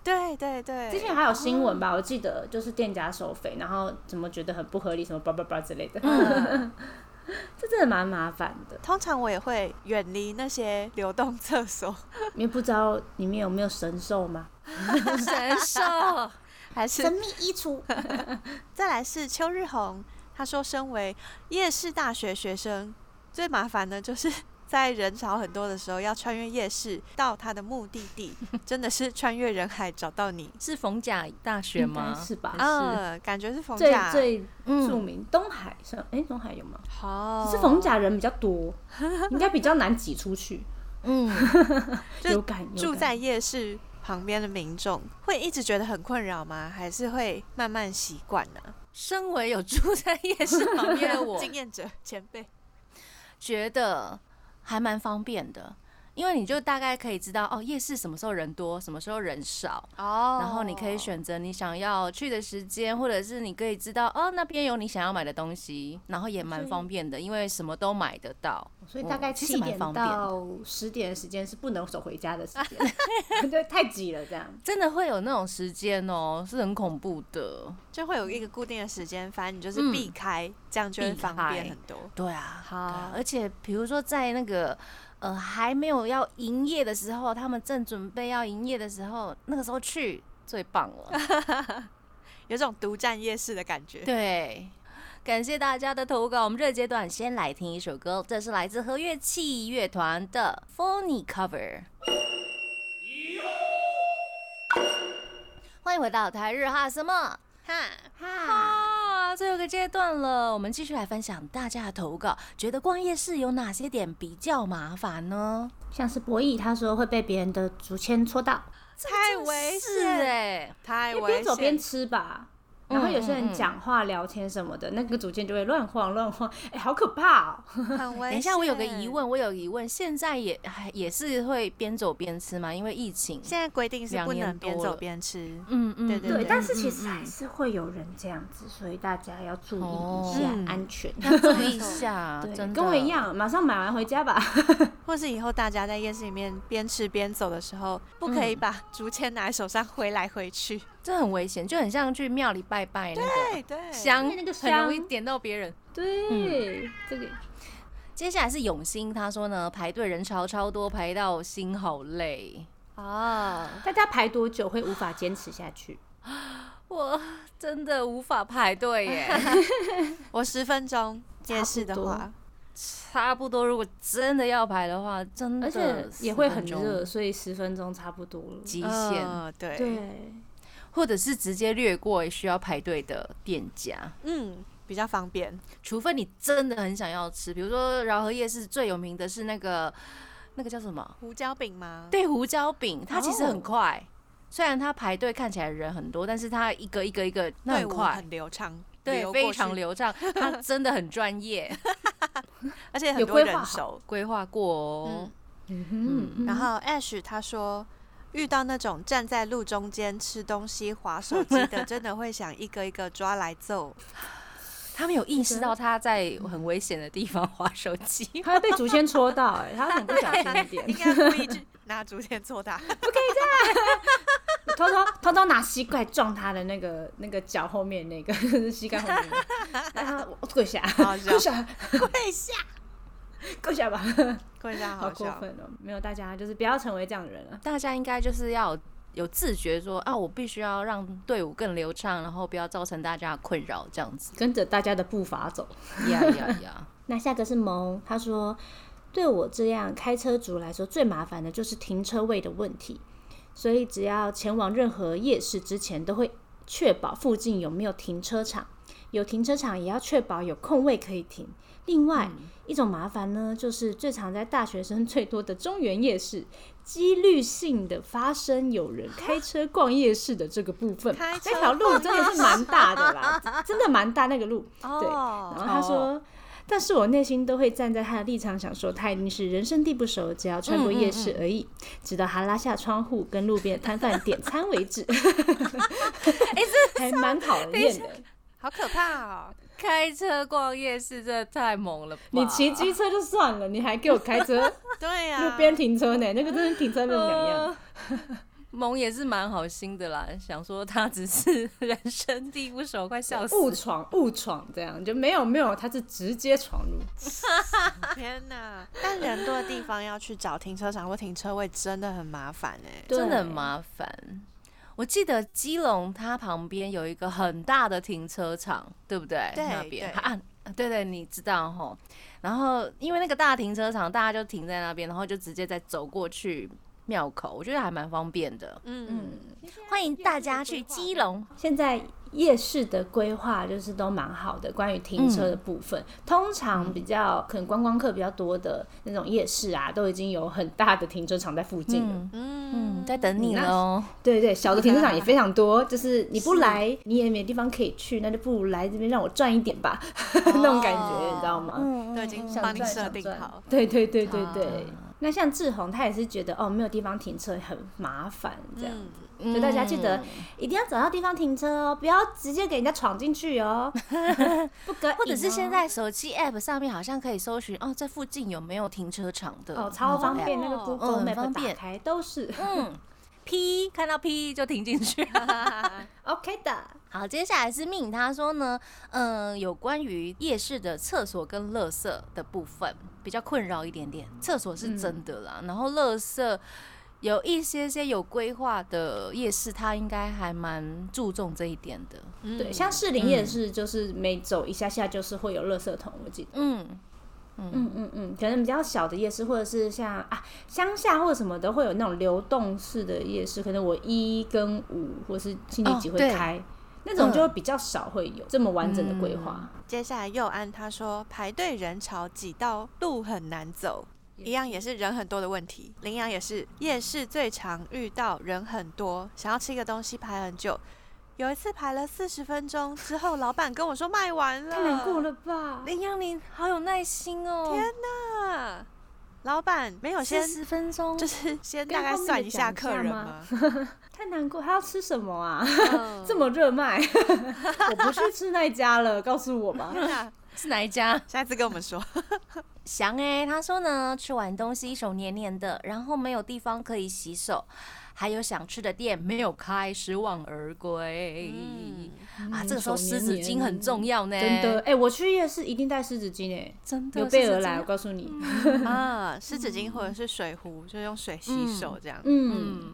D: 对对对，
C: 之前还有新闻吧，我记得就是店家收费，然后怎么觉得很不合理，什么叭叭叭之类的，
D: 嗯
C: 这真的蛮麻烦的。
D: 通常我也会远离那些流动厕所，
C: 你不知道里面有没有神兽吗？
B: 神兽，
D: 还是
C: 神秘衣橱，
D: 再来是秋日红，他说身为夜市大学学生，最麻烦的就是在人潮很多的时候要穿越夜市到他的目的 地，真的是穿越人海找到你。
B: 是逢甲大学
C: 应该
B: 吗？
C: 是吧？
D: 嗯，感觉是逢
C: 最
D: 甲，
C: 最
B: 嗯
C: 著名东海是哎，东海有吗？
D: 哦
C: 只是逢甲人比较多，应该比较难挤出去。
B: 嗯，
D: 就
C: 有感，有
D: 住
C: 感
D: 在夜市旁边的民众会一直觉得很困扰吗？还是会慢慢习惯呢？
B: 身为有住在夜 市旁边的我，
D: 经验者前辈，
B: 觉得还蛮方便的，因为你就大概可以知道哦，夜市什么时候人多，什么时候人少，
D: 哦
B: 然后你可以选择你想要去的时间，或者是你可以知道哦那边有你想要买的东西，然后也蛮方便的，因为什么都买得到。
C: 哦所以大概
B: 嗯其
C: 七
B: 实蛮
C: 点
B: 方便的
C: 到十点的时间是不能走回家的时间， 对，太挤了这样。
B: 真的会有那种时间哦，是很恐怖的。
D: 就会有一个固定的时间，反正你就是
B: 嗯
D: 避开，这样就会
B: 避
D: 方便
B: 开
D: 很多。
B: 对啊，
D: 好
B: 对啊而且比如说在那个呃还没有要营业的时候，他们正准备要营业的时候，那个时候去最棒了。
D: 有种独占夜市的感 觉。
B: 对，感谢大家的投稿。我们这个阶段先来听一首歌，这是来自和乐器乐团的《Phony Cover》。欢迎回到台日哈什么
D: 哈，
C: 哈，
B: 啊？最后一个阶段了，我们继续来分享大家的投稿。觉得逛夜市有哪些点比较麻烦呢？
C: 像是博弈，他说会被别人的竹签戳到，
D: 太危
B: 是
D: 险，
B: 哎、
D: 太
C: 因为边
D: 危
C: 走边
D: 险。
C: 吃吧。然后有些
B: 嗯嗯
C: 人
B: 嗯
C: 讲话、聊天什么的，那个竹签就会乱晃乱晃，哎，好可怕哦！
D: 很危
B: 等一下，我有个疑，问，我有个疑问，现在也还也是会边走边吃吗？因为疫情。
D: 现在规定是
B: 两
D: 不
B: 年
D: 能边
B: 多
D: 走
B: 了
D: 边吃。
B: 嗯嗯，
D: 对对
C: 对，但是其
B: 嗯
C: 实
B: 嗯
C: 还是会有人这样子，所以大家要注意
B: 哦
C: 一下
D: 嗯
C: 安 全。
B: 要注意一下，啊真
C: 对，
B: 的
C: 跟我一。样，马上买完回家吧。
D: 或是以后大家在夜市里面边吃边走的时候，不可以
B: 嗯
D: 把竹签拿在手上挥来挥去。
B: 这很危险，就很像去庙里拜拜那个
D: 对
B: 香，
C: 那个
B: 很容易
C: 香
B: 点到别人。嗯
C: 对，这个
B: 接下来是永兴，他说呢，排队人潮超多，排到心好累。
D: 哦，
C: 大家排多久会无法坚持下去？
B: 我真的无法排队耶，
D: 我十分钟
C: 差
D: 夜
C: 不
D: 市的
C: 多
D: 话，
B: 差不多。如果真的要排的话，真的
C: 而且也会很
B: 10分
C: 热，
B: 钟
C: 所以十分钟差不多了。
B: 极限，
D: 嗯对，
C: 对，
B: 或者是直接略过需要排队的店家。
D: 嗯，比较方便。
B: 除非你真的很想要吃，比如说饶河夜市最有名的是那个那个叫什么？
D: 胡椒饼吗？
B: 对，胡椒饼它其实很
C: 哦
B: 快虽然它排队看起来人很多，但是它一个一个一个那很
D: 队伍
B: 快，
D: 很流畅，
B: 对，
D: 流
B: 非
D: 过
B: 常
D: 去，
B: 流畅，它真的很专业，
D: 而且很
C: 有
D: 多
C: 规划
D: 人
C: 好
D: 手。
B: 规划过哦
D: 嗯。，
C: 嗯，
D: 然后 Ash 他说，遇到那种站在路中间吃东西、划手机的，真的会想一个一个抓来揍。
B: 他们有意识到他在很危险的地方划手机
C: 他会被竹签戳到、哎，他很不小心一点
D: 应，该故意去拿竹签戳他。
C: 偷偷偷偷拿膝盖撞他的那个那个脚后面那个 就是膝盖后面那个，让他我跪下，
D: 好 笑
C: 跪下，
D: 跪下，
C: 跪下吧，
D: 跪下，
C: 好
D: 好
C: 过
D: 笑。
C: 分哦！没有，大家就是不要成为这样的人了。啊
B: 大家应该就是要。有自觉说啊，我必须要让队伍更流畅，然后不要造成大家的困扰，
C: 。
B: 这样子
C: 跟着大家的步伐走。
B: 呀呀呀！
C: 那下个是萌，他说，对我这样开车族来说，最麻烦的就是停车位的问题，所以只要前往任何夜市之前，都会确保附近有没有停车场，有停车场也要确保有空位可以停。另外、
D: 嗯
C: 一种麻烦呢，就是最常在大学生最多的中原夜市，几率性的发生有人开车逛夜市的这个部分，
D: 开车
C: 那条路真的是蛮大的 啦，真的蛮大那个路，对。
D: 哦，
C: 然后他说，但是我内心都会站在他的立场想说，他一定是人生地不熟，只要穿过夜市而已，直到他拉下窗户跟路边的摊贩点餐为止。哎、这 还蛮讨人厌的。
D: 好可怕哦！
B: 开车逛夜市真的太猛了吧！
C: 你骑机车就算了，你还给我开车
D: 对呀，啊
C: 路边停车呢？那个真是停车没有两样。
B: 萌也是蛮好心的啦，想说他只是人生地不熟，快笑死。
C: 误闯误闯这样，就没有没有，他是直接闯入。
D: 天 哪！但人多的地方要去找停车场或停车位真的很麻烦哎、
B: 真的很麻烦。我记得基隆它旁边有一个很大的停车场，对不对？
D: 对
B: 那边
D: 对
B: 啊，对对，你知道吼。然后因为那个大停车场，大家就停在那边，然后就直接再走过去庙口，我觉得还蛮方便的。
D: 嗯，
B: 欢迎大家去基隆，
C: 现在夜市的规划就是都蛮好的，关于停车的部分，通常比较可能观光客比较多的那种夜市啊，都已经有很大的停车场在附近了。
B: 嗯嗯，在等你了哦。
C: 对对，小的停车场也非常多，就是你不来你也没地方可以去，那就不如来这边让我赚一点吧，那种感觉你知道吗？
D: 都已经
C: 嗯想
D: 帮你
C: 赚
D: 设
C: 想
D: 定
C: 赚
D: 好。
C: 对对对对对。
B: 啊
C: 那像志宏，他也是觉得哦，没有地方停车很麻烦这样。
D: 嗯，
C: 所以大家记得一定要找到地方停车哦，不要直接给人家闯进去哦，不可以哦
B: 或者是现在手机 App 上面好像可以搜寻哦，这附近有没有停车场的
C: 哦超方便，那
D: 哦
C: 个
B: 嗯
C: Google
B: 很
C: Map
B: 方便
C: 打开都是
B: 嗯，P 看到 P 就停进去。
C: OK 的。
B: 好，接下来是命，他说呢，嗯、有关于夜市的厕所跟垃圾的部分比较困扰一点点。厕所是真的啦，然后垃圾有一些些有规划的夜市，他应该还蛮注重这一点的。
D: 嗯
C: 对，像士林夜市就是每走一下下就是会有垃圾桶，我记得。
B: 嗯，
C: 嗯嗯嗯，可能比较小的夜市，或者是像啊乡下或者什么的，会有那种流动式的夜市，可能我一跟五或是星期几
B: 哦
C: 会
B: 对
C: 开，那种就会比较少会有这么完整的规划。
D: 接下来佑安他说排队人潮挤到路很难走，一样也是人很多的问题。羚羊也是夜市最常遇到人很多，想要吃一个东西排很久。有一次排了四十分钟之后，老板跟我说卖完了，
C: 太难过了吧？
B: 林阳，你好有耐心哦，
D: 啊！老板没有
B: 四
D: 先
B: 十分钟
D: 就。是先
C: 跟
D: 大概
C: 后面
D: 算
C: 的
D: 一下
C: 讲
D: 客
C: 价
D: 人
C: 吗
D: 吗？
C: 太难过，他要吃什么啊？
D: 嗯
C: 这么热卖，我不去吃那一家了，告诉我吧。
D: 天哪
B: 是哪一家？
D: 下一次跟我 们说。
B: 翔哎、他说呢，吃完东西手黏黏的，然后没有地方可以洗手，还有想吃的店没有开，失望而归。
D: 嗯
B: 啊，
C: 嗯
B: 这个时候湿纸巾很重要呢，
C: 真的，哎、我去夜市一定带湿纸巾诶，
B: 真的
C: 有备而来，我。告诉你。
D: 啊，湿纸巾或者是水壶，就用水洗手这样。
C: 嗯，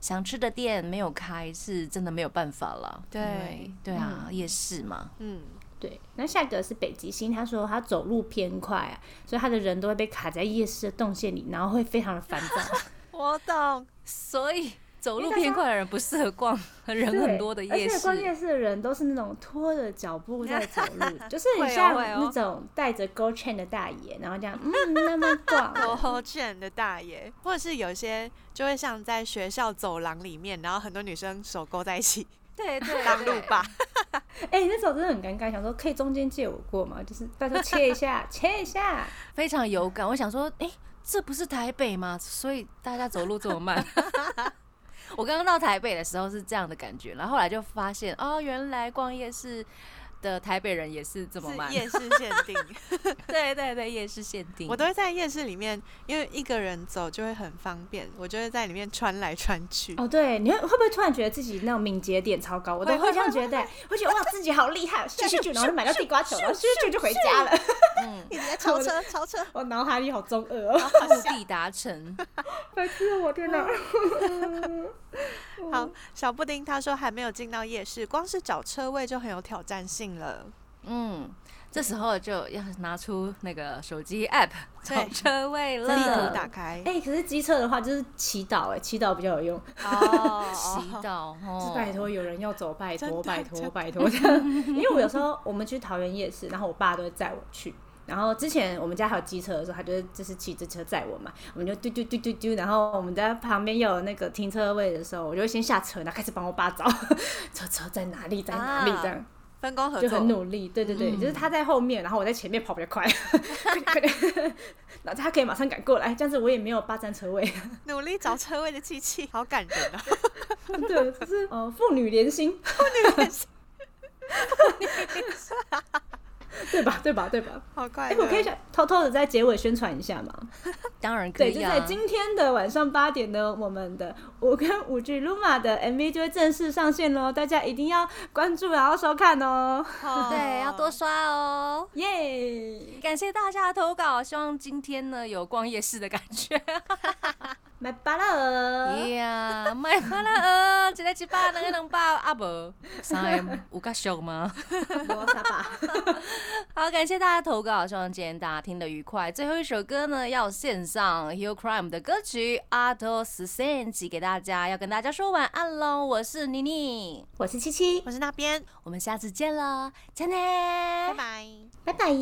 B: 想吃的店没有开，是真的没有办法了。
D: 对
B: 因为对啊，夜市嘛，
D: 嗯，
C: 对。那下一个是北极星，他说他走路偏快、啊，所以他的人都会被卡在夜市的动线里，然后会非常的烦躁。
D: 我懂。
B: 所以走路
C: 因为大家
B: 偏快的人不适合逛 人很多的夜
C: 对而且逛夜
B: 市。
C: 市的人都是那种拖着脚步在走路，就是很像
D: 会哦会哦
C: 那种带着 Go Chain 的大爷，然后这样嗯慢慢逛。
D: 头卷的大爷，或者是有些就会像在学校走廊里面，然后很多女生手勾在一起
B: 对对，
D: 当路霸。
C: 哎、那时候真的很尴尬，想说可以中间借我过吗？就是拜托切一下， 切一下。
B: 非常有感。我想说，哎、这不是台北吗？所以大家走路这么慢。 我刚刚到台北的时候是这样的感觉，然后后来就发现，哦，原来逛夜市的台北人也是这么慢
D: 是。夜市限 定，
B: 对对对，夜市限定。
D: 我都会在夜市里面，因为一个人走就会很方便，我就会在里面穿来穿去。
C: 哦，对，你会会不会突然觉得自己那种敏捷点超高？我都
D: 会
C: 会这样觉得、会觉得哇自己好厉害，咻咻咻，然后就买到地瓜球，然后咻咻就回家了。
B: 嗯，
D: 你在超车，超车，
C: 我哦脑海里好中二 哦，
B: 目的达成。
C: 白痴哦，我天哪！
D: 好，小布丁他说还没有进到夜市，光是找车位就很有挑战性了。
B: 嗯，这时候就要拿出那个手机 app 找
D: 对
B: 车位
D: 地
B: 了，
D: 图打哦开，
C: 哎、可是机车的话就是祈祷、哎，祈祷比较有用。
D: 哦，
B: 祈 祷
C: 是
B: 哦，
C: 拜托有人要走，拜
D: 真的
C: 托拜
D: 真的
C: 托拜托这样。因为我有时候我们去桃园夜市，然后我爸都会载我去。然后之前我们家还有机车的时候，他就是就是骑着车载我嘛，我们就嘟嘟嘟嘟嘟，然后我们在旁边有那个停车位的时候，我就会先下车，然后开始帮我爸找 车车在哪里，在哪里
D: 啊
C: 这样，
D: 分工合
C: 就嗯
D: 作，
C: 很努力。对对对，就是他在后面，然后我在前面跑比较快，快点快点， 然后他可以马上赶过来，这样子我也没有霸占车位。
D: 努力找车位的机器，好感人啊！
C: 对，就是呃，父女连心，对吧？对吧？对吧？
D: 好快
C: 哎、
D: 乐！
C: 我可以想偷偷的在结尾宣传一下吗？
B: 当然可
C: 对，就
B: 以
C: 在
B: 啊。
C: 今天的晚上八点呢，我们的我跟五 G Luma 的 MV 就会正式上线喽，大家一定要关注然后收看哦，
D: 哦
B: 对，要多刷哦！
C: 耶、
B: 感谢大家的投稿，希望今天呢有逛夜市的感觉。
C: 买巴
B: 啊
C: 了，
B: 呀，卖花了呃，一日一百，两个两百，啊无三个有较俗吗？
C: 我啥吧？
B: 好，感谢大家投稿，希望今天大家听得愉快。最后一首歌呢，要献上 Hill Crime 的歌曲《a t o s s e n 寄给大家，要跟大家说晚安喽。我是妮妮，
C: 我是七七，
D: 我是那边，
B: 我们下次见了，再见，
D: 拜
B: 拜
D: 拜。
C: 拜拜。